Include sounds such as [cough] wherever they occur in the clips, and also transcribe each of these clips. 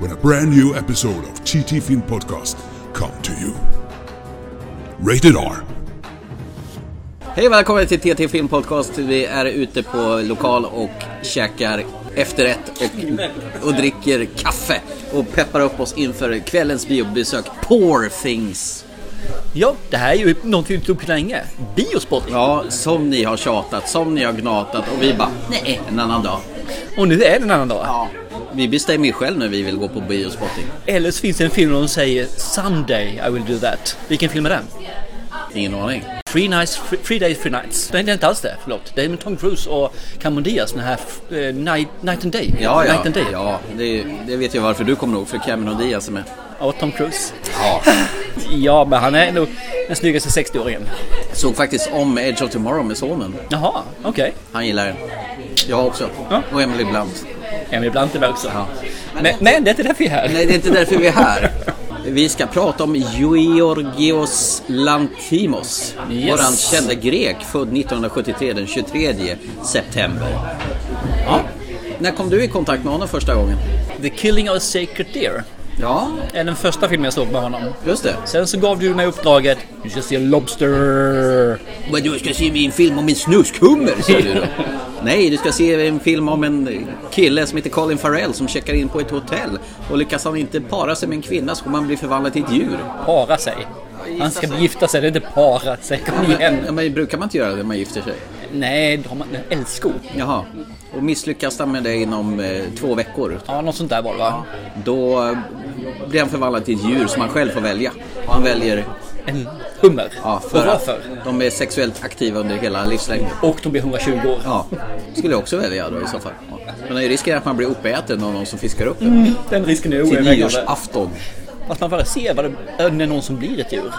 when a brand new episode of TT Film Podcast come to you. Rated R. Hej och välkommen till TT Film Podcast. Vi är ute på lokal och käkar efterrätt och, och dricker kaffe. Och peppar upp oss inför kvällens biobesök Poor Things. Ja, det här är ju något vi inte tog på länge. Biospotting. Ja, som ni har tjatat, som ni har gnatat och vi bara, nej, en annan dag. Och nu är det en annan dag. Ja. Vi bestämmer ju själv när vi vill gå på biospotting. Eller så finns det en film där de säger “Someday I will do that”. Vilken film är den? Ingen aning. Three, nights, three, three Days Three Nights. Nej, det är inte alls det. Förlåt. Det är med Tom Cruise och Cameron Diaz. Den här eh, night, night and Day. Ja, ja, Night and Day. ja det, det vet jag varför du kommer ihåg, för Cameron Diaz är med. Och Tom Cruise. Ja. [laughs] Ja, men han är nog den snyggaste 60-åringen. Såg faktiskt om Edge of Tomorrow med sonen. Jaha, okej. Han gillar den. Jag också. Ja. Och Emily Blunt. Okay. Emil Blunt är med också. Men, Men- men det är inte därför vi är här. Nej, det är inte därför vi är här. Vi ska prata om Georgios Lantimos. Yes. Våran kända grek, född 1973 den 23 september. Ja. När kom du i kontakt med honom första gången? The Killing of a Sacred Deer Ja, är den första filmen jag såg med honom. just det. Sen så gav du mig uppdraget “Du ska se Lobster”. Men du ska se min film om en snuskhummer, sa du då. [laughs] Nej, du ska se en film om en kille som heter Colin Farrell som checkar in på ett hotell. Och lyckas han inte para sig med en kvinna så kommer han bli förvandlad till ett djur. Para sig. Han ska gifta sig, det är inte para sig. Kom igen. Ja, men brukar man inte göra det när man gifter sig? Nej, de har en älskog. Jaha. Och misslyckas han med det inom eh, två veckor, Ja, något sånt där var det va? då eh, blir han förvandlad till ett djur som han själv får välja. Och han väljer... En hummer. Ja, Och för varför? att de är sexuellt aktiva under hela livslängden. Och de blir 120 år. Ja, skulle jag också välja då i så fall. Ja. Men det är risken att man blir uppäten av någon som fiskar upp en. Den risken är Till oöverhängande. nyårsafton. Att man bara ser vad det, eh, när någon som blir ett djur.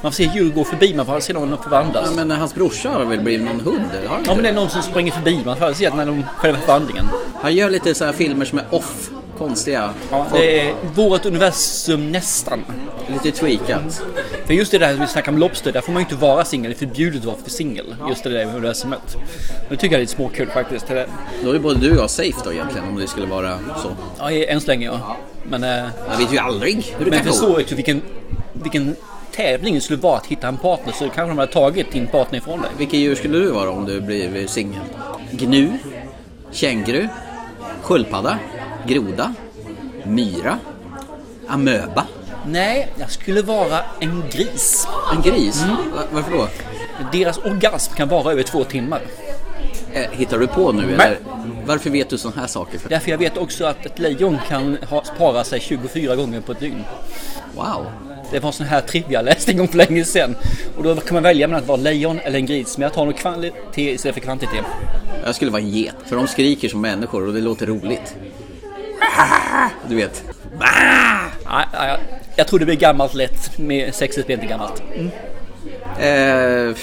Man ser djur gå förbi, man får aldrig se någon förvandlas. Ja, men hans brorsa har väl blivit någon hund? Eller har han, Ja, men inte? det är någon som springer förbi, man får aldrig se att när de själva förvandlingen. han gör lite så här filmer som är off, konstiga. Det är vårt universum nästan. Lite tweakat. För just det där vi snackade om Lobster, där får man ju inte vara singel. Det är förbjudet att vara för singel. Just det där med universumet. Och Det tycker jag är lite småkul faktiskt. Det- Då är både du och jag safe då egentligen om det skulle vara så. Ja, än så länge ja. Men, eh, Man vet ju aldrig hur det men jag kan gå. förstår ju vilken, vilken tävling det skulle vara att hitta en partner. Så kanske de hade tagit din partner ifrån dig. Vilket djur skulle du vara om du blev singel? Gnu? Känguru? Sköldpadda? Groda? Myra? Amöba? Nej, jag skulle vara en gris. En gris? Va- Varför då? Deras orgasm kan vara över två timmar. Eh, Hittar du på nu eller? Varför vet du sådana här saker? För? Därför jag vet också att ett lejon kan ha, para sig 24 gånger på ett dygn. Wow! Det var en sån här trivia jag läste en gång för länge sedan. Och då kan man välja mellan att vara lejon eller en gris. Men jag tar nog kvalitet istället för kvantitet. Jag skulle vara en get, för de skriker som människor och det låter roligt. [laughs] Du vet. Nej, nej, jag- jag tror det blir gammalt lätt. Med sexet blir inte gammalt. Eh,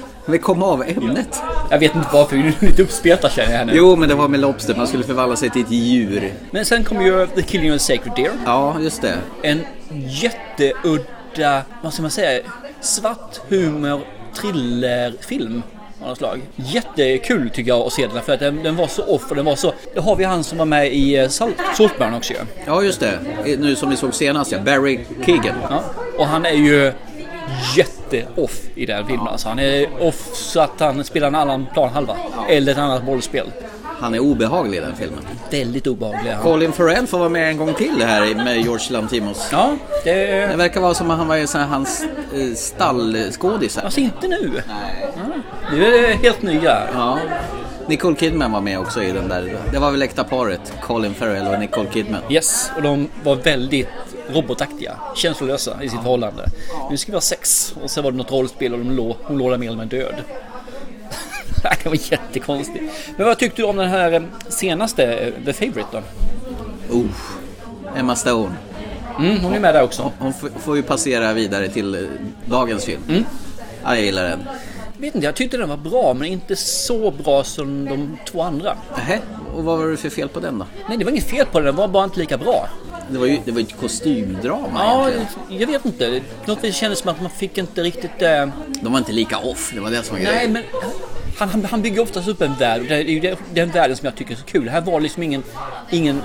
[laughs] vi kom av ämnet. Jag vet inte varför, [laughs] vi är lite uppspelta känner jag nu. Jo, men det var med Lobster, man skulle förvandla sig till ett djur. Men sen kom ju The Killing of a Sacred Deer. Ja, just det. En jätteudda, vad ska man säga, svart humor thrillerfilm av något slag. Jättekul tycker jag att se den för att den, den var så off och den var så... Då har vi han som var med i eh, Salt, Saltburn också ju. Ja, just det. Nu som vi såg senast, ja. Barry Keegan. Ja. Och han är ju jätte-off i den filmen. Alltså, han är off så att han spelar en annan planhalva. Eller ett annat bollspel. Han är obehaglig i den filmen. Väldigt obehaglig. han. Colin Farrell får vara med en gång till här med George Lantimos. Ja, det... Det verkar vara som att han var en sån här, hans eh, stallskådis här. Alltså inte nu. Nu är det helt nya. Ja. Nicole Kidman var med också i den där. Det var väl äkta paret, Colin Farrell och Nicole Kidman. Yes, och de var väldigt robotaktiga, känslolösa i sitt förhållande. Nu ska vi ha sex och sen var det något rollspel och de lå, hon låg där mer eller mindre död. [laughs] det här kan vara jättekonstigt. Men vad tyckte du om den här eh, senaste, eh, The Favourite då? Oh, Emma Stone. Mm, hon är med där också. Hon f- får ju passera vidare till eh, dagens film. Mm. Ja, jag gillar den. Vet inte, jag tyckte den var bra men inte så bra som de två andra. Nähä, och vad var det för fel på den då? Nej, det var inget fel på den, den var bara inte lika bra. Det var ju, det var ju ett kostymdrama Ja, egentligen. jag vet inte. På något vis kändes det som att man fick inte riktigt... Eh... De var inte lika off, det var det som var Nej, grejen. men han, han, han bygger oftast upp en värld och det är ju det- den världen som jag tycker är så kul. Här var det liksom ingen, ingen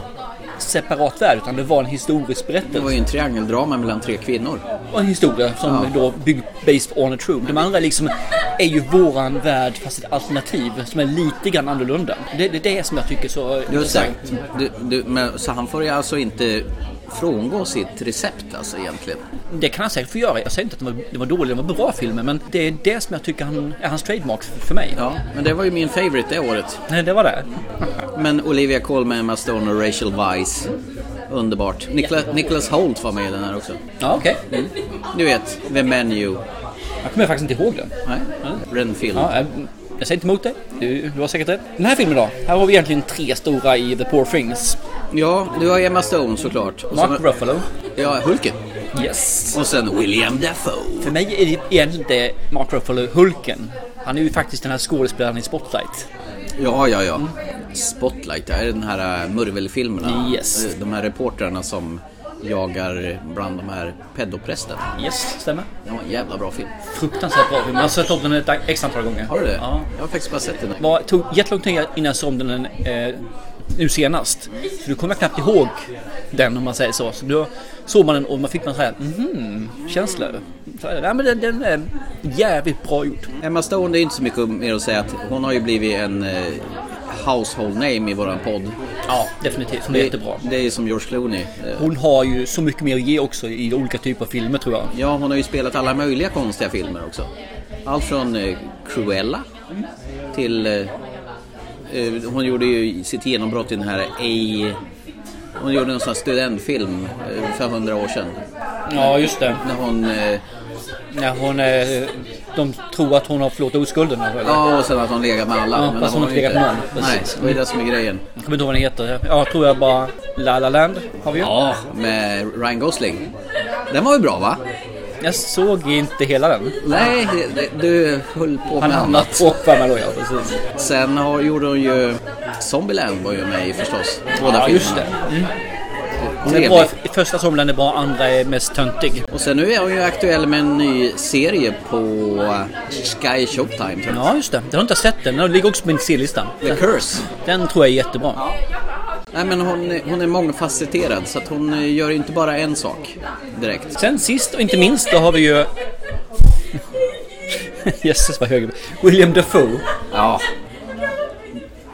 separat värld utan det var en historisk Det var ju berättelse. en triangeldrama mellan tre kvinnor. Och en historia som Ja. då byggd based on a true. De andra liksom är ju våran värld fast ett alternativ som är lite grann annorlunda. Det är det, är det som jag tycker är så Just det. intressant. Du, du, men, så han får ju alltså inte frångå sitt recept alltså egentligen. Det kan han säkert få göra. Jag säger inte att den var, den var dålig, den var bra filmen men det är det som jag tycker han, är hans trademark för mig. Ja, men det var ju min favorite det året. Nej, det var det. Men Olivia Colman, Emma Stone och Rachel Weisz. Underbart. Nikla, Nicholas Holt var med i den här också. Ja, okej. Du vet, The Menu. Jag kommer faktiskt inte ihåg den. Nej? Renfield. Ja, jag, jag säger inte emot dig. Du, du har säkert rätt. Den här filmen då? Här har vi egentligen tre stora i The Poor Things. Ja, du har Emma Stone såklart. Och Mark så- Ruffalo. Ja, Hulken. Yes. Och sen William Dafoe. För mig är det egentligen inte Mark Ruffalo Hulken. Han är ju faktiskt den här skådespelaren i Spotlight. Ja, ja, ja. Spotlight, det är den här äh, murvelfilmerna. Yes. Eh, De här reportrarna som jagar bland de här pedoprästerna. Yes, stämmer. Det var en jävla bra film. Fruktansvärt bra film. Jag har sett upp den ett x antal gånger. Har du det? Ja. Jag har faktiskt bara sett den. var, tog jättelång tid innan jag såg om den eh, nu senast. Så du kommer jag knappt ihåg den om man säger så. Så då såg man den och man fick man så här mhm känsla. Så, ja, men den, den är jävligt bra gjord. Emma Stone, det är inte så mycket mer att säga att hon har ju blivit en eh, household name i våran podd. Ja, definitivt. Den är jättebra. Det är ju som George Clooney. Eh, Hon har ju så mycket mer att ge också i olika typer av filmer tror jag. Ja, hon har ju spelat alla möjliga konstiga filmer också. Allt från eh, Cruella till... Eh, eh, hon gjorde ju sitt genombrott i den här A... Hon gjorde en sån här studentfilm eh, för hundra år sedan. Ja, just det. När hon... Eh, När hon, eh, de tror att hon har förlorat oskulden. eller? ja, och sen att hon legat med alla. Ja, men fast det hon har inte ju legat inte. med någon. Nej, Precis. det är det som är grejen. Jag kommer inte ihåg vad den heter. Ja, jag tror jag bara La La Land har vi ju. Ja, med Ryan Gosling. Den var ju bra va? Jag såg inte hela den. Nej, det- du höll på Han med hamnar annat. på Värmland då ja, precis. Sen har, gjorde hon ju... Zombieland var ju med i förstås. Båda Ja, just det. filmerna. Den är Trevlig. bra, första somlen är bra, andra är mest töntig. Och sen nu är hon ju aktuell med en ny serie på Sky Showtime. tror jag. Ja, just det. Den har jag inte sett den. Den ligger också på min serielistan. The Curse. Den tror jag är jättebra. Nej men hon, är- hon är mångfacetterad så att hon eh, gör ju inte bara en sak direkt. Sen sist och inte minst då har vi ju... [laughs] Jösses vad hög William Dafoe. Ja.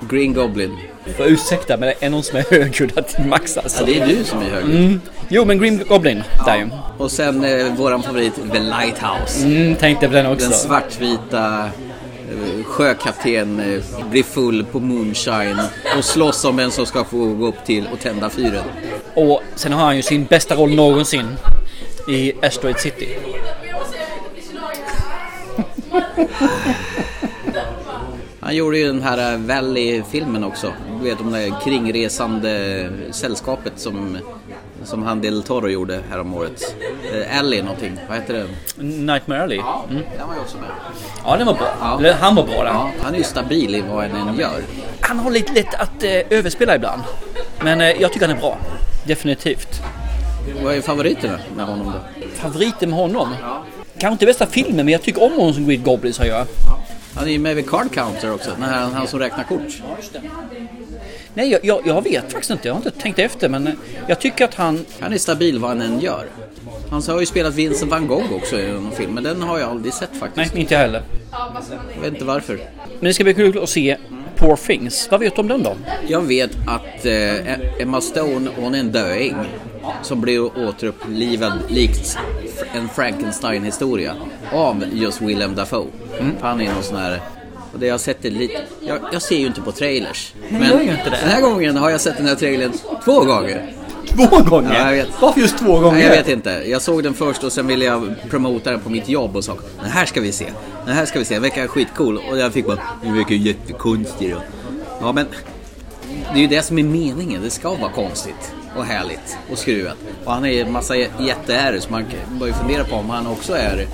Green Goblin. Får ursäkta men det är någon som är högljudd till max Ja, alltså. det är du som är hög. Jo men Green Goblin, där ju. Och sen eh, våran favorit The Lighthouse. Mm, tänkte på den Den också. svartvita eh, sjökapten eh, blir full på moonshine och slåss om vem som ska få gå upp till och tända fyren. Och sen har han ju sin bästa roll någonsin i Asteroid City. Han gjorde ju den här eh, Valley-filmen också. Du vet om det här kringresande eh, sällskapet som, som han Del Toro gjorde häromåret. Eh, Alley någonting, vad heter den? Mm, Nightmare Alley. den var ju också med. Ja, den var bra. Ja. Eller, han var bra där. Ja, han är ju stabil i vad han än gör. Han har lite lätt att eh, överspela ibland. Men eh, jag tycker han är bra. Definitivt. Vad är favoriterna med honom då? Favoriten med honom? Kanske inte bästa filmen, men jag tycker om honom som Green Goblin som jag gör. Han är ju med vid Card Counter också, den här, han som räknar kort. Nej, jag, jag, jag vet faktiskt inte. Jag har inte tänkt efter, men eh, jag tycker att han... Han är stabil vad han än gör. Han har ju spelat Vincent van Gogh också i någon film, men den har jag aldrig sett Nej, faktiskt. inte jag heller. Jag vet inte varför. Men det ska bli kul att se Poor Things. Vad vet du om den då? Jag vet att eh, Emma Stone, hon är en döing som blir återupplivad likt en Frankenstein-historia av just Willem Dafoe. Mm. Han är någon sån här... Och det jag, har sett är lite, jag, jag ser ju inte på trailers. Men gör ju inte det. den här gången har jag sett den här trailern två gånger. Två gånger? Ja, jag vet. Varför just två gånger? Nej, jag vet inte. Jag såg den först och sen ville jag promota den på mitt jobb och sa den här ska vi se. Den här ska vi se. Den verkar skitcool. Och jag fick bara, den verkar ju jättekonstig då. Ja, men det är ju det som är meningen. Det ska vara konstigt. och härligt och skruvat. Och han är ju en massa jätteärr så man börjar ju fundera på om han också är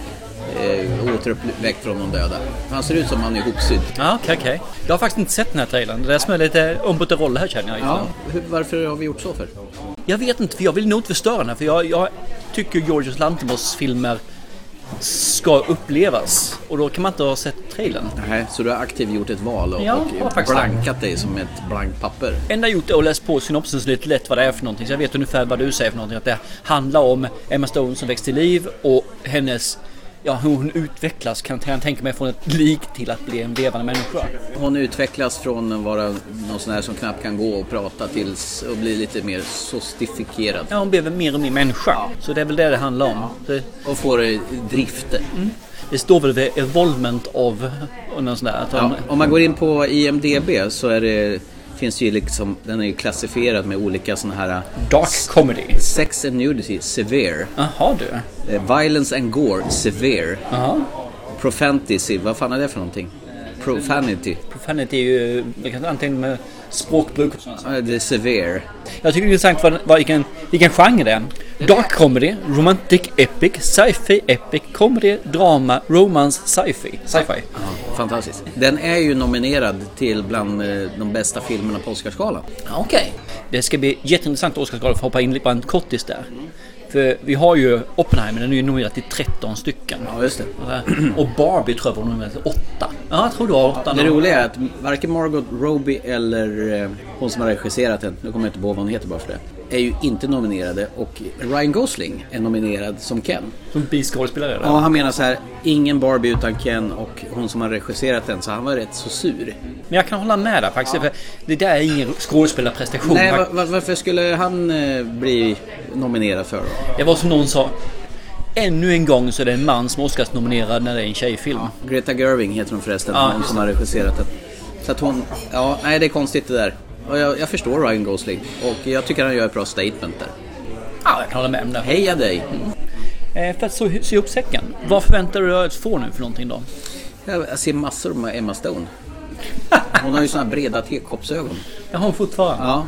eh, återuppväckt från de döda. För han ser ut som han är ihopsydd. Ja, okej, okej. Jag har faktiskt inte sett den här trailern. Det är som är lite ombytteroll här känner jag. Ja, hur, varför har vi gjort så för? Jag vet inte, för jag vill nog inte förstöra den här. För jag, jag tycker Georgios Lantimos filmer ska upplevas. Och då kan man inte ha sett trailern. Nej, så du har aktivt gjort ett val och, Ja, har och faktiskt blankat dig som ett blankt papper. enda jag gjort är att läsa på synopsis lite lätt vad det är för någonting. Så jag vet ungefär vad du säger för någonting. Att det handlar om Emma Stone som väcks till liv och hennes, ja hur hon utvecklas kan jag tänka mig från ett lik till att bli en levande människa. Hon utvecklas från att vara någon sån här som knappt kan gå och prata tills och bli lite mer sostifikerad. Ja, hon blev väl mer och mer människa. Så det är väl det det handlar om. Det, Och får eh, drifter. det står väl vid evolvement of, och något sånt där. Att hon, Ja, om man går in på IMDB så är det, finns ju liksom, den är ju klassifierad med olika såna här eh, Dark comedy. Sex and nudity, severe. Jaha du. Eh, violence and gore, severe. Jaha. Profantasy, vad fan är det för någonting? Profanity, Profanity är ju, det kan antingen med språkbruk och sånt. Ja, det är severe. Jag tycker det är intressant vad, vad, vilken, vilken genre det är. Dark comedy, romantic epic, sci-fi epic, comedy, drama, romance, sci-fi. Sci-fi. Fantastiskt. Den är ju nominerad till bland eh, de bästa filmerna på Oscarsgalan. Okej. Det ska bli jätteintressant att Oscarsgalan får hoppa in lite på en kortis där. För vi har ju Oppenheimer, den är ju nominerad till 13 stycken. Ja, just det. Och Barbie tror jag var nominerad till 8. Ja, jag tror det var 8. Det roliga är att varken Margot Robbie eller eh, hon som har regisserat den, nu kommer jag inte på vad hon heter bara för det, är ju inte nominerade och Ryan Gosling är nominerad som Ken. Som biskådespelare där. Ja, han menar så här, ingen Barbie utan Ken och hon som har regisserat den, så han var rätt så sur. Men jag kan hålla med där faktiskt. För det där är ingen skådespelarprestation. Nej, fakt- va- va- varför skulle han eh, bli nominerad för då? Det var som någon sa. Ännu en gång så är det en man som är Oscarsnominerad när det är en tjejfilm. Greta Gerwig heter hon förresten, Ja, hon just som har regisserat den. Så att hon, ja, nej det är konstigt det där. Och jag, jag förstår Ryan Gosling och jag tycker han gör ett bra statement där. Ja, jag kan hålla med om det. Heja dig! Eh, för att så, sy ihop säcken. Vad förväntar du dig att få nu för någonting då? Jag jag ser massor med Emma Stone. [laughs] Hon har ju såna här breda tekoppsögon. Jag har hon fortfarande. Ja,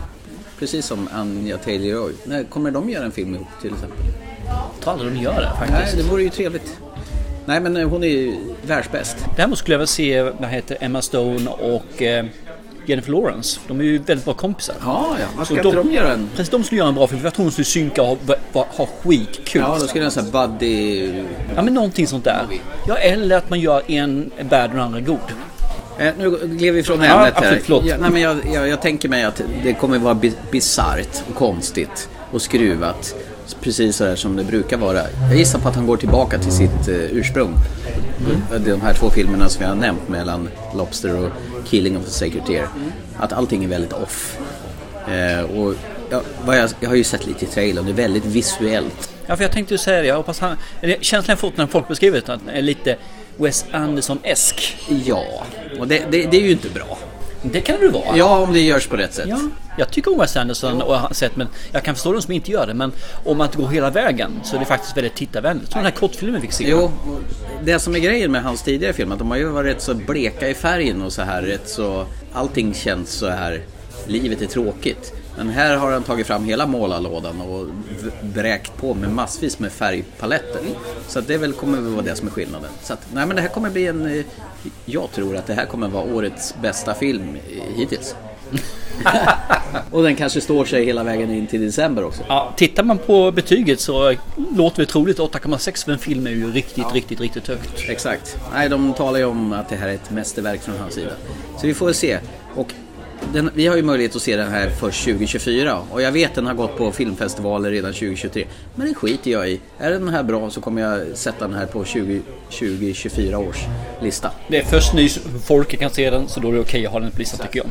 precis som Anja Taylor-Joy. När Kommer de göra en film ihop till exempel? Jag tror aldrig de gör det Nej, faktiskt. det vore ju trevligt. Nej, men eh, hon är ju världsbäst. Däremot skulle jag vilja se, vad heter Emma Stone och eh, Jennifer Lawrence. De är ju väldigt bra kompisar. Ja, ja. Varför Och ska inte de göra en... Precis, de skulle göra en bra film. För jag tror de skulle synka och ha, ha, ha skitkul. Ja, då skulle jag göra en sån här buddy... ja, men någonting sånt där. Ja, eller att man gör en bad och den andra god. Eh, nu gled vi från Ja, ämnet här. absolut, förlåt. Ja, nej, men jag, jag, jag tänker mig att det kommer vara bi- bisarrt och konstigt och skruvat. Precis så här som det brukar vara. Jag gissar på att han går tillbaka till sitt eh, ursprung. Mm. Det är De här två filmerna som jag har nämnt mellan Lobster och Killing of a Sacred Deer. Mm. Att allting är väldigt off. Eh, och jag, vad jag, jag har ju sett lite i trailern, det är väldigt visuellt. Ja, för jag tänkte ju säga det. Jag hoppas han... eller Känslan jag fått när folk beskriver det att den är lite Wes Anderson-esk. Ja, och det, det, det är ju inte bra. Det kan det väl vara? Ja, om det görs på rätt sätt. Ja, jag tycker om Wes Anderson och hans sätt, men jag kan förstå de som inte gör det. Men om man inte går hela vägen så är det faktiskt väldigt tittarvänligt. Som den här kortfilmen vi fick se. Jo, och det som är grejen med hans tidigare film att de har ju varit rätt så bleka i färgen och så här rätt så allting känns så här livet är tråkigt. Men här har han tagit fram hela målarlådan och v- vräkt på med massvis med färgpaletter. Så att det väl kommer väl vara det som är skillnaden. Så att, nej men det här kommer bli en... eh, Jag tror att det här kommer vara årets bästa film eh, hittills. och den kanske står sig hela vägen in till december också. Ja, tittar man på betyget så låter det troligt 8,6 för en film är ju riktigt, riktigt, riktigt högt. Exakt. Nej, de talar ju om att det här är ett mästerverk från hans sida. Så vi får väl se. Och den, vi har ju möjlighet att se den här först 2024 och jag vet den har gått på filmfestivaler redan 2023. Men det skiter jag i. Är den här bra så kommer jag sätta den här på 20 2024 års lista. Det är först ny folk kan se den så då är det okej att ha den på listan tycker jag.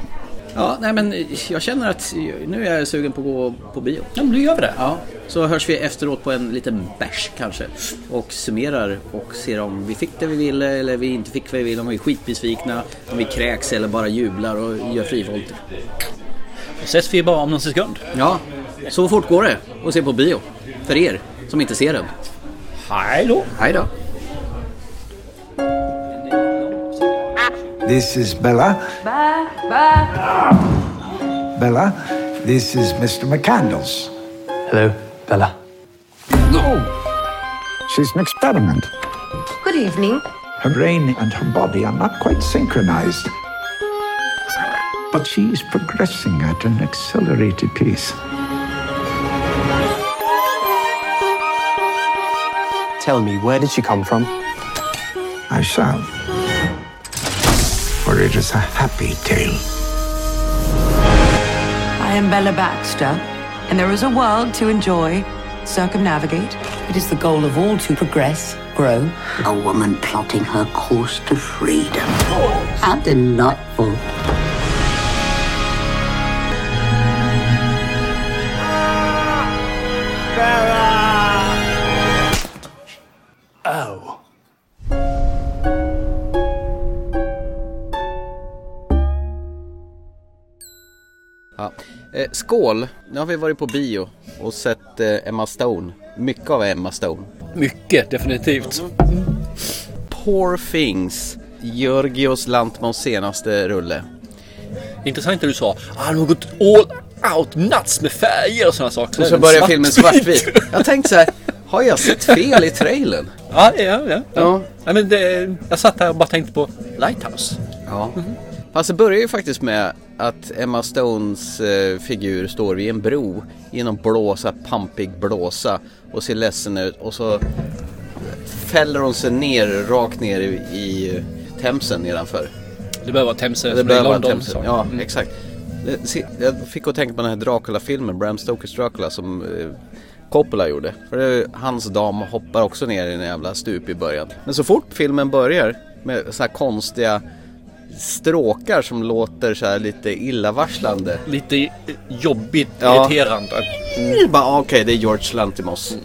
Ja, nej men jag känner att nu är jag sugen på att gå på bio. Ja, men nu gör vi det. Ja, så hörs vi efteråt på en liten bärs kanske och summerar och ser om vi fick det vi ville eller vi inte fick vad vi ville, om vi är skitbesvikna, om vi kräks eller bara jublar och gör frivolter. Då ses vi bara om någon sekund. Ja, så fort går det och se på bio. För er som inte ser den. Hej då! Hej då! This is Bella. Bye, bye. Bella, This is Mr. McCandles. Hello, Bella. She's an experiment. Good evening. Her brain and her body are not quite synchronized. But she is progressing at an accelerated pace. Tell me, where did she come from? I shall. For it is a happy tale. I am Bella Baxter, and there is a world to enjoy, circumnavigate. It is the goal of all to progress, grow. A woman plotting her course to freedom. How delightful. Ja. Eh, skål! Nu har vi varit på bio och sett eh, Emma Stone. Mycket av Emma Stone. Mycket, definitivt. Poor Things, Georgios Lantmos senaste rulle. Intressant det du sa. Han har gått all out nuts med färger och sådana saker. Och så Den börjar filmen svartvit. svartvit. [laughs] Jag tänkte så här, har jag sett fel i trailern? [laughs] Ja, ja, ja. ja. Ja. Nej, men det, jag satt här och bara tänkte på Lighthouse. Ja. Mhm. Fast det börjar ju faktiskt med att Emma Stones eh, figur står vid en bro i någon blåsa, pampig blåsa och ser ledsen ut och så fäller hon sig ner, rakt ner i, i Themsen nedanför. Det behöver vara Themse. Det Det börjar vara behöver vara Themsen, ja Mm. exakt. Det- se- Jag fick att tänka på den här Dracula-filmen, Bram Stokers Dracula som eh, Coppola gjorde. För det, hans dam hoppar också ner i en jävla stup i början. Men så fort filmen börjar med så här konstiga stråkar som låter så här lite illavarslande. Lite eh, jobbigt, Ja. irriterande. Mm. Bara, ah, Okej, det är George Lantimos.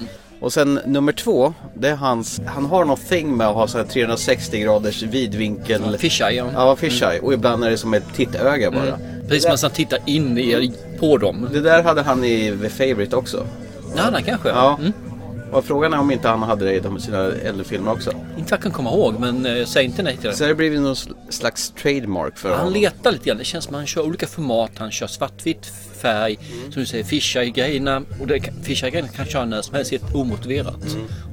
Och sen nummer två, det är hans, han har någonting med att ha så här 360 graders vidvinkel. Fisheye, ja. Ja, fisheye. Och ibland är det som ett tittöga bara. Mm. Precis som man satt tittar in i, på dem. Det där hade han i The Favourite också. Ja, där kanske. Mm. Ja. Och frågan är om inte han hade det i de- sina äldre filmer också. Inte vad jag kan komma ihåg, men eh, säg inte nej till det. Så det har blivit någon sl- slags trademark för Han honom. letar lite grann. Det känns som att han kör olika format. Han kör svartvitt färg. Som du säger, Fisheye-grejerna. Och det kan- Fisheye-grejerna kan köra när som helst helt omotiverat.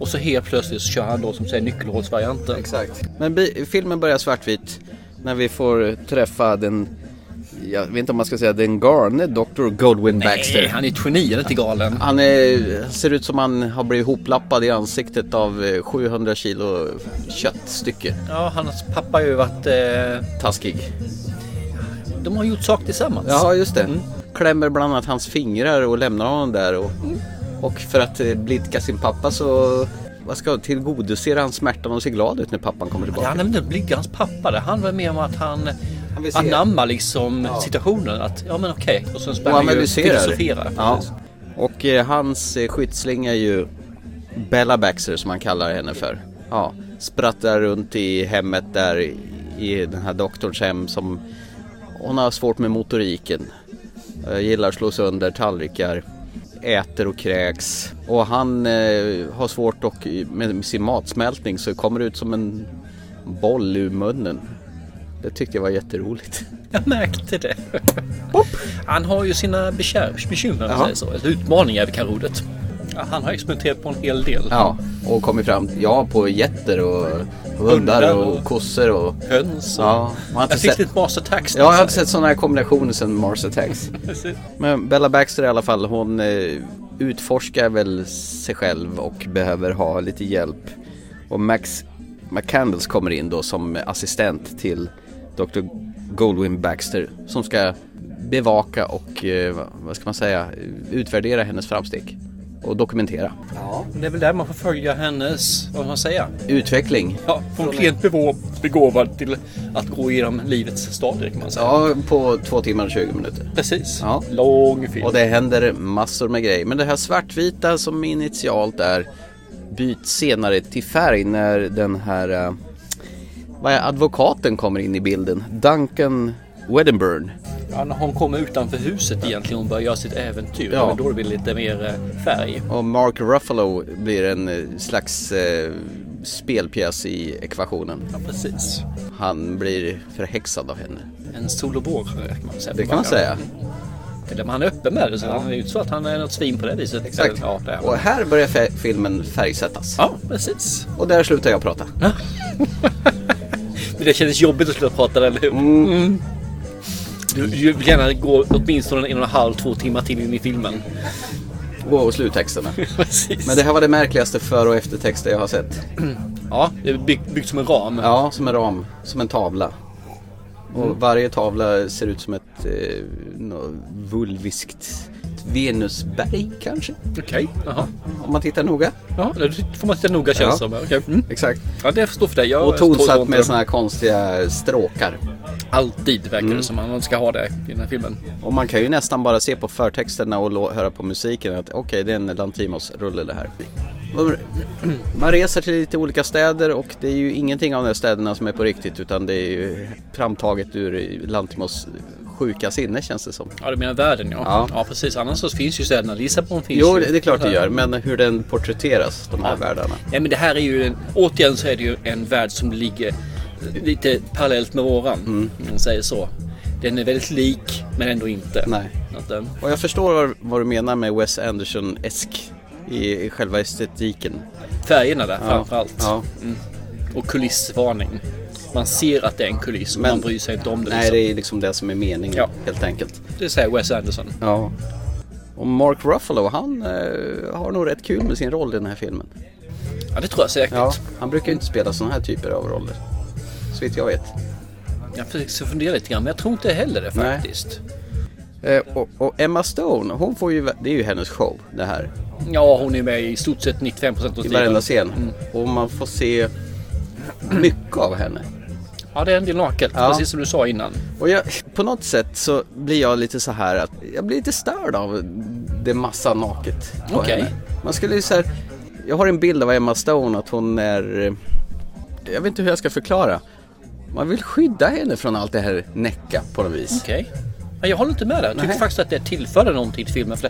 Och så helt plötsligt så kör han då som säger nyckelhålsvarianten. Exakt. Men bi- filmen börjar svartvit när vi får träffa den, jag vet inte om man ska säga den garne, Dr. Goldwyn Baxter. Nej, han är ett geni. Han är inte galen. Han är, ser ut som han har blivit hoplappad i ansiktet av eh, 700 kilo köttstycke. Ja, hans pappa har ju varit... Eh, Taskig. de har gjort saker tillsammans. Ja, just det. Klämmer bland annat hans fingrar och lämnar honom där. Och, och för att eh, blidka sin pappa så vad ska jag, tillgodoser han smärtan och ser glad ut när pappan kommer tillbaka. Han nämnde bligga hans pappa där. Han var med om att han, Han vill se. anammar liksom situationen. Att ja men okej. Och sen och börjar han ju analyserar. filosofera. Ja. precis. Och eh, hans eh, skyddsling är ju Bella Baxter som han kallar henne för. Ja, sprattlar runt i hemmet där i- i den här doktorns hem som hon har svårt med motoriken. Eh, Gillar att slå sönder tallrikar, äter och kräks. Och han eh, har svårt och, med sin matsmältning så kommer det ut som en boll ur munnen. Det tyckte jag var jätteroligt. Jag märkte det. Han har ju sina bekär- bekymmer om man Ja. säger så. Eller utmaningar vi kan ordet. Ja, Han har experimenterat på en hel del. Ja, och kommit fram ja, på getter och hundar Hundar och och- kossor och... Höns och... Ja, man har inte Jag fick sett, ja, lite Mars Attacks. jag har inte sett sådana här kombinationer sedan Mars Attacks. Precis. Men Bella Baxter i alla fall, hon eh, utforskar väl sig själv och behöver ha lite hjälp. Och Max McCandles kommer in då som assistent till Dr. Goldwyn Baxter som ska bevaka och, eh, vad ska man säga, utvärdera hennes framsteg och dokumentera. Det är väl där man får följa hennes, vad ska man säga? Utveckling Ja, från klent bevå- begåvad till att gå igenom livets stadier kan man säga. Ja, på två timmar och 20 minuter. Precis. Ja. Lång film. Och det händer massor med grejer. Men det här svartvita som initialt är byts senare till färg när den här eh, vad är, advokaten kommer in i bilden. Duncan Weddenburn. Ja, när hon kommer utanför huset egentligen och börjar göra sitt äventyr. Ja. Ja. Men då blir det lite mer eh, färg. Och Mark Ruffalo blir en eh, slags eh, spelpjäs i ekvationen. Ja, precis. Han blir förhäxad av henne. En solobågare kan man säga. Det kan man säga. Eller men han är öppen med det så han är ju inte så att han är något svin på det viset. Exakt. Ja, det är. han. Och här börjar fe- filmen färgsättas. ja precis. Och där slutar jag prata. Det kändes jobbigt att sluta prata, eller hur? Mm. Mm. Du, du vill gärna gå åtminstone en och en halv, två timmar till in i [laughs] filmen. Wow, sluttexterna. Precis. Men det här var det märkligaste för och eftertexter jag har sett. Ja, det är byggt, byggt som en ram. Ja, som en ram, som en tavla. Och Mm. varje tavla ser ut som ett eh, nå- vulviskt Venusberg kanske? Okej, jaha. Om man tittar noga. Ja, det får man titta noga känns Ja. som. Okej. Mm. Exakt. Ja, det förstår för dig. Jag Och tror tonsatt inte med det. såna här konstiga stråkar. Alltid verkar Mm. det som att man ska ha det i den här filmen. Och man kan ju nästan bara se på förtexterna och lå- höra på musiken att okej, det är en Lantimos-rulle det här. Och Man reser till lite olika städer och det är ju ingenting av de här städerna som är på riktigt utan det är ju framtaget ur Lantimos sjuka sinne känns det som. Ja, du menar världen ja. Ja. Ja, precis. Annars så finns ju städerna. Lissabon finns Jo, ju. det är klart det gör, men hur den porträtteras, de här världarna. Nej, men det här är ju en, återigen så är det ju en värld som ligger eh, lite parallellt med våran. Mm. Om man säger så. Den är väldigt lik, men ändå inte. Nej. Att eh, den- Och jag förstår vad, vad du menar med Wes Anderson-esk i, i själva estetiken. Färgerna där framför allt. Ja. Och kulissvarning. Man ser att det är en kuliss, men Men- man bryr sig inte om det. Nej, liksom. det är liksom det som är meningen, Ja. helt enkelt. det säger Wes Anderson. Ja. Och Mark Ruffalo, han eh, har nog rätt kul med sin roll i den här filmen. Ja, det tror jag säkert. Ja. Han brukar ju inte spela sådana här typer av roller. Så vitt jag vet. Jag försöker fundera lite grann, men jag tror inte heller det Nej. faktiskt. Eh, och, och Emma Stone, hon får ju, det är ju hennes show det här. Ja, hon är med i stort sett 95 procent av I tiden. varenda scen. Och man får se mycket av henne. Ja, det är en del naket, Ja. precis som du sa innan. Och jag, på något sätt så blir jag lite så här att jag blir lite störd av det massa naket på Okej. henne. Man skulle ju så här, jag har en bild av Emma Stone att hon är, eh, jag vet inte hur jag ska förklara. Man vill skydda henne från allt det här näcka på något vis. Okej. Ja, Jag håller inte med där. Jag tycker Nej. faktiskt att det tillförde någonting till filmen. För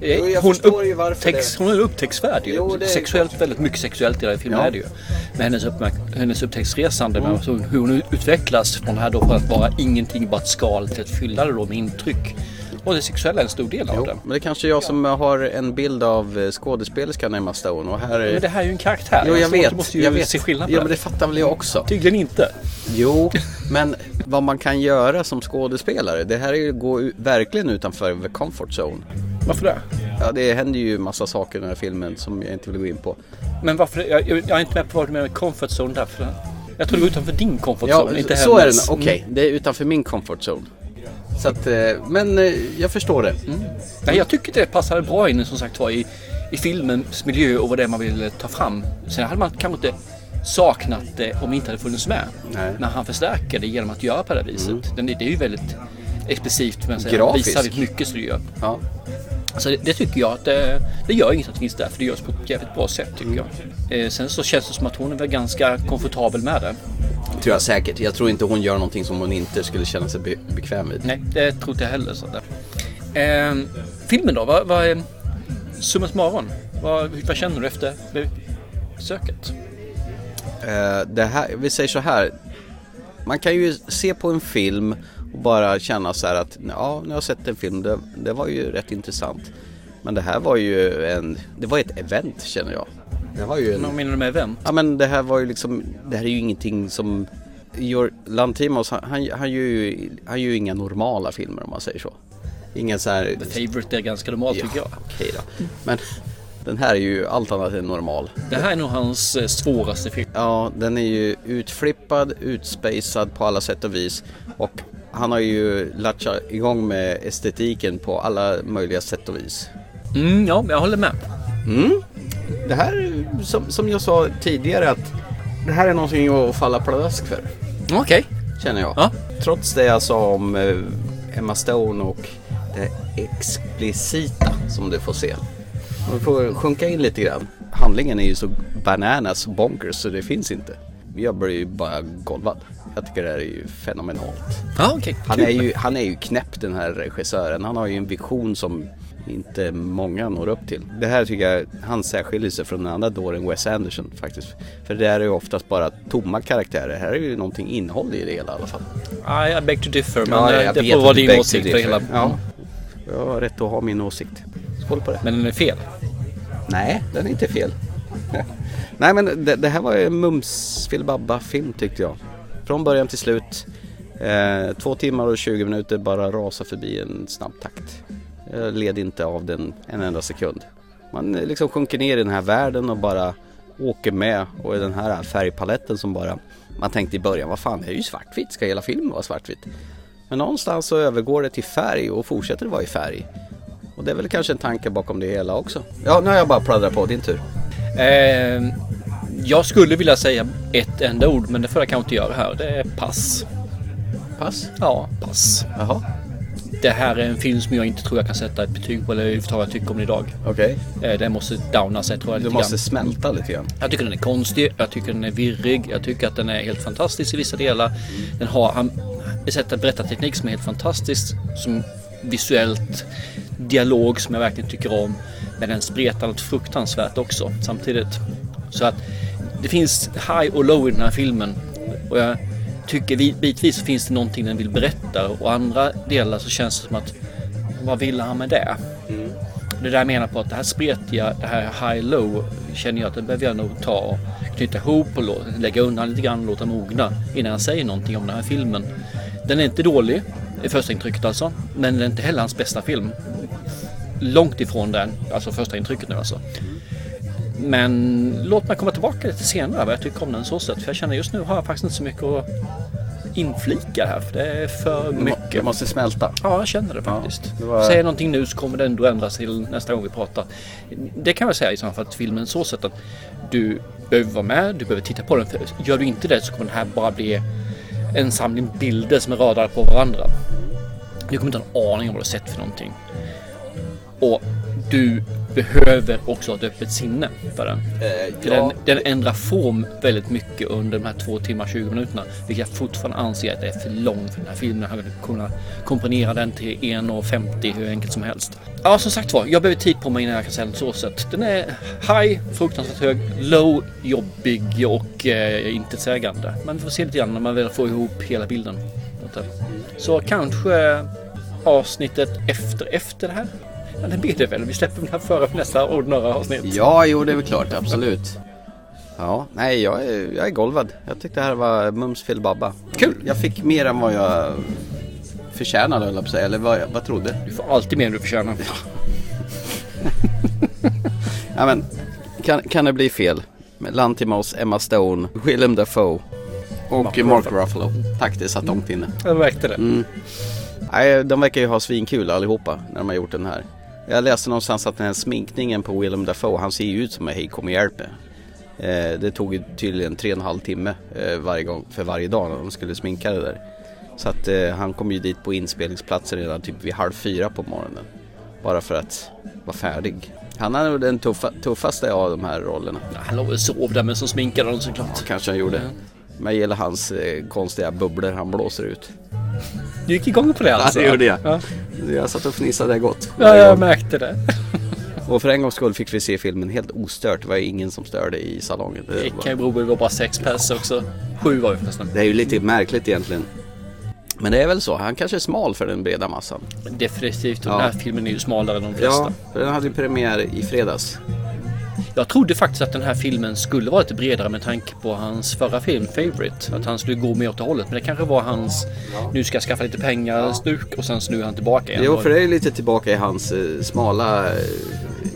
det, eh, Jo, jag hon, förstår ju varför upptäcks, det- hon är upptäcktsvärd ju. Jo, det är sexuellt, klart. väldigt mycket sexuellt i den här filmen Ja. är det ju. Med hennes, uppmärk- hennes upptäcktsresande, men så hur hon utvecklas från det här då för att vara ingenting, bara ett skal till att fylla det då med intryck. Och det sexuella är en stor del av det. Men det är kanske är jag som har en bild av eh, skådespelerskan Emma Stone och här är... Men det här är ju en karaktär. Jo, jag Alltså, vet. Du måste ju jag vet. se skillnad på Ja, det. men det fattar väl jag också. Tydligen inte. Jo, men vad man kan göra som skådespelare. Det här är ju gå u- verkligen utanför the comfort zone. Varför det? Ja, det händer ju massa saker i den här filmen som jag inte vill gå in på. Men varför? Jag, jag, jag är inte med på vad du menar med comfort zone där. För jag tror det var utanför din comfort Ja, zone, inte så är det hennes. nog. Okej, Mm. det är utanför min comfort zone. Så att, eh, men eh, jag förstår det. Nej, jag tycker det passade bra in som sagt var i, i filmens miljö och vad det är man vill eh, ta fram. Sen hade man kanske inte saknat det om det inte hade funnits med. Nej. När han förstärker det genom att göra på det här viset. Den, det är ju väldigt explicit. Men sen Grafisk. visar väldigt mycket så det gör. Ja. Så det, det tycker jag att det, det gör inget att det finns där. För det görs på ett jävligt bra sätt tycker jag. Eh, sen så känns det som att hon är väl ganska komfortabel med det. Tror jag säkert. Jag tror inte hon gör någonting som hon inte skulle känna sig be- bekväm vid. Nej, det tror inte jag heller. Så att, eh, filmen då? Vad, vad är summa summarum? Vad, vad känner du efter besöket? Eh, det här, vi säger så här. Man kan ju se på en film och bara känna så här att ja, nu har jag sett en film, det, det var ju rätt intressant. Men det här var ju en, det var ett event känner jag. Det var ju en, Vad menar du med vem? ja men det här var ju liksom, det här är ju ingenting som, Jor- Lantimos han, han, han, gör ju, han gör ju inga normala filmer om man säger så. Ingen så här... Favorite är ganska normal tycker jag. Okej då. Men den här är ju allt annat än normal. Det här är nog hans eh, svåraste film. Ja, den är ju utflippad, utspejsad på alla sätt och vis. Och han har ju latchat igång med estetiken på alla möjliga sätt och vis. Mm, ja, jag håller med. Det här, som, som jag sa tidigare, att det här är någonting att falla pladask för, Okej. känner jag. Ja. Trots det jag sa om eh, Emma Stone och det explicita som du får se. Man får sjunka in lite grann. Handlingen är ju så bananas och bonkers så det finns inte. Jag blir ju bara golvad. Jag tycker det här är ju fenomenalt. Ja, okej. Han Kul. är, ju, han är ju knäpp den här regissören. Han har ju en vision som inte många når upp till. Det här tycker jag, han särskiljer sig från den andra dåren Wes Anderson faktiskt. För det där är ju oftast bara tomma karaktärer. Här är ju någonting innehåll i det hela i alla fall. I, I beg to differ, men Ja, eh, jag det vet får vara att du din beg åsikt till för det, hela... Ja. Jag har rätt att ha min åsikt. Skål på det. Men den är fel. Nej, den är inte fel. [laughs] Nej men det, det här var ju en mums filbabba film tyckte jag. Från början till slut. Eh, två timmar och 20 minuter bara rasa förbi i en snabb takt. Jag led inte av den en enda sekund. Man eh, liksom sjunker ner i den här världen och bara åker med och i den här färgpaletten som bara man tänkte i början, vad fan det är ju svartvitt, ska hela filmen vara svartvitt? Men någonstans så övergår det till färg och fortsätter vara i färg. Och det är väl kanske en tanke bakom det hela också. Ja, nu har jag bara pladdrat på, din tur. Eh, jag skulle vilja säga ett enda ord, men det får jag kanske inte göra här. Det är pass. Pass? Ja, pass. Jaha, Det här är en film som jag inte tror jag kan sätta ett betyg på eller överhuvudtaget vad jag tycker om den idag. okej. Eh, den måste downa sig tror jag Du lite måste grann. smälta lite grann. Jag tycker den är konstig, jag tycker den är virrig, jag tycker att den är helt fantastisk i vissa delar. Den har han, ett sätt att berätta teknik som är helt fantastiskt, som visuellt, dialog som jag verkligen tycker om. Men den spretar något fruktansvärt också samtidigt. Så att det finns high och low i den här filmen. Och jag tycker vi- bitvis så finns det någonting den vill berätta och andra delar så känns det som att vad ville han med det? Det där jag menar på att det här spretiga, det här high-low känner jag att det behöver jag nog ta och knyta ihop och lå- lägga undan lite grann och låta mogna innan jag säger någonting om den här filmen. Den är inte dålig, i första intrycket alltså, men den är inte heller hans bästa film. Långt ifrån den, alltså första intrycket nu alltså. Men låt mig komma tillbaka lite senare vad jag tycker om den så sett. För jag känner just nu har jag faktiskt inte så mycket att inflika här för det är för Mm. mycket. Du måste smälta. Ja, jag känner det faktiskt. det var- Säger jag någonting nu så kommer det ändå ändras till nästa gång vi pratar. Det kan jag säga i så fall att filmen så sätt att du behöver vara med, du behöver titta på den. För gör du inte det så kommer den här bara bli en samling bilder som är radade på varandra. Du kommer inte ha en aning om vad du har sett för någonting. Och du behöver också ha ett öppet sinne för den. Eh, för den, den ändrar form väldigt mycket under de här två timmar 20 minuterna. Vilket jag fortfarande anser att det är för långt för den här filmen. Jag hade kunnat komponera den till 1.50 hur enkelt som helst. Ja, som sagt var, jag behöver tid på mig innan jag kan säga något så sett. Den är high, fruktansvärt hög, low, jobbig och eh, intetsägande. Men vi får se lite grann när man väl får ihop hela bilden. Så kanske eh, avsnittet efter, efter det här. Ja, det blir det väl. Vi släpper den här före nästa ordinarie avsnitt. Ja, jo det är väl klart, absolut. Ja, nej jag är, jag är golvad. Jag tyckte det här var mums filbabba. Kul! Jag fick mer än vad jag förtjänade höll jag på att säga, eller vad jag vad jag trodde. Du får alltid mer än du förtjänar. Ja, men, kan, kan det bli fel? Med Lantimos, Emma Stone, Willem Dafoe och Mark, Ruffalo. Tack, det satt långt inne. Jag märkte det. Mm. Nej, de verkar ju ha svinkul allihopa när de har gjort den här. Jag läste någonstans att den här sminkningen på Willem Dafoe, han ser ju ut som en hej kom och hjälp mig. Eh, det tog ju tydligen tre och en halv timme eh, varje gång, för varje dag när de skulle sminka det där. Så att eh, han kom ju dit på inspelningsplatsen redan typ vid halv fyra på morgonen. Bara för att vara färdig. Han har nog den tuffa, tuffaste av de här rollerna. Han låg och sov där men så sminkade honom såklart. Kanske han gjorde. Men jag gillar hans eh, konstiga bubblor han blåser ut. Du gick igång på det alltså? det gjorde jag. Ja, Jag satt och fnissade gott. ja jag märkte det. Och för en gångs skull fick vi se filmen helt ostört. Det var ingen som störde i salongen. Det Det, kan ju bero på var, att det var bara sex pers också. Sju var vi förresten. det är ju lite märkligt egentligen. Men det är väl så. Han kanske är smal för den breda massan. Definitivt. Och Ja. Den här filmen är ju smalare än de flesta. för den hade ju premiär i fredags. Jag trodde faktiskt att den här filmen skulle vara lite bredare med tanke på hans förra film, Favorite. Att han skulle gå mer åt det hållet. Men det kanske var hans, nu ska jag skaffa lite pengar, stuk och sen nu är han tillbaka igen. Jo, Och- för det är ju lite tillbaka i hans eh, smala eh,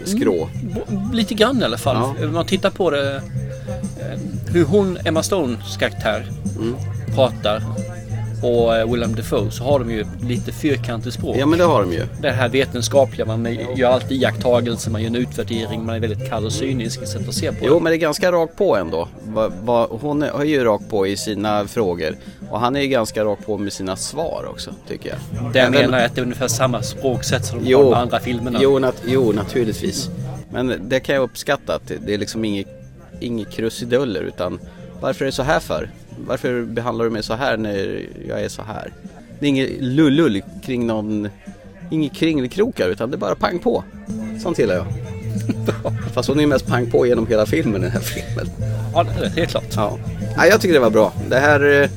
skrå. B- Lite grann i alla fall. Ja. Om man tittar på det. eh, Hur hon, Emma Stones karaktär, Mm. pratar och eh, Willem Dafoe så har de ju lite fyrkantigt språk. Ja, men det har de ju. Det här vetenskapliga, man gör alltid iakttagelser, man gör en utvärdering, man är väldigt kall och cynisk i sätt att se på Jo, det. men det är ganska rakt på ändå. Va, va, hon är, har ju rakt på i sina frågor. Och han är ju ganska rakt på med sina svar också, tycker jag. Det jag Även- menar är att det är ungefär samma språksätt som de har Jo, med andra filmerna. Jo, nat- jo, naturligtvis. Men det kan jag uppskatta att det- det är liksom inget, inget krusiduller utan varför är det så här för? Varför behandlar du mig så här när jag är så här? Det är inget lullull kring någon, inget kringelkrokar utan det är bara pang på. Sånt gillar jag. [laughs] Fast hon är mest pang på genom hela filmen, den här filmen. Ja, det är klart. Ja. Nej, jag tycker det var bra. Det här eh,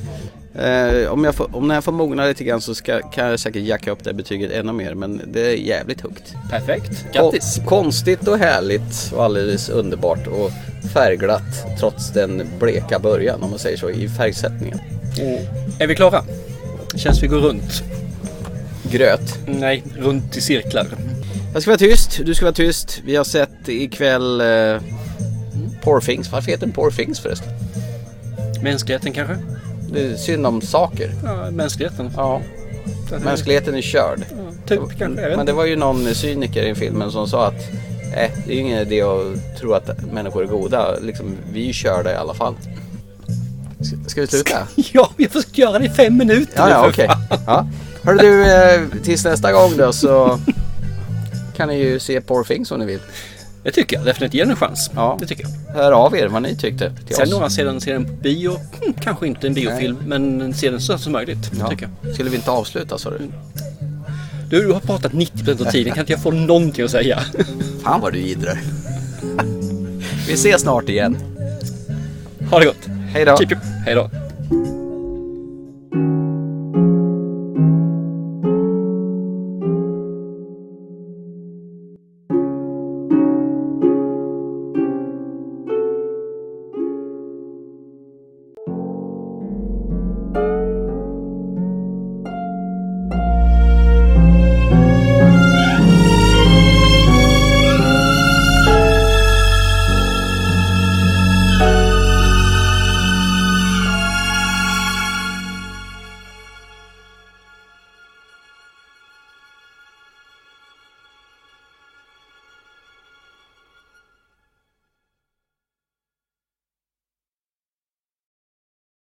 Eh, om, jag får, om den här får mogna lite grann så ska, kan jag säkert jacka upp det här betyget ännu mer men det är jävligt högt. Perfekt. Grattis. Och konstigt och härligt och alldeles underbart och färgglatt trots den bleka början om man säger så i färgsättningen. Är vi klara? Känns vi går runt. Gröt. Nej, runt i cirklar. Jag ska vara tyst, du ska vara tyst. Vi har sett ikväll eh, Poor Things. Varför heter den Poor Things förresten? Mänskligheten kanske? Det är synd om saker. Ja, mänskligheten. Ja. Mänskligheten är körd. Typ kanske. Jag vet Men inte. det var ju någon cyniker i filmen som sa att eh, det är ju ingen idé att tro att människor är goda. Liksom, vi är ju körda i alla fall. Ska- Ska vi sluta? [laughs] Ja, vi får göra det i fem minuter Ja, nu, ja, för okej. fan. Ja. Hörru du, eh, tills nästa gång då så kan ni ju se Poor Things om ni vill. [laughs] Det tycker jag definitivt. Ge den en chans. Ja. Det tycker jag. Hör av er vad ni tyckte till Sen oss. några sedan ser den på bio. Hm, kanske inte en biofilm, men se den så snabbt som möjligt. Ja. Tycker jag. Skulle vi inte avsluta sa du? Du, du har pratat 90% av tiden. Kan inte jag få någonting att säga? [laughs] Fan vad du jiddrar. [laughs] vi ses snart igen. Ha det gott. Hej då. Chip, chip. Hej då.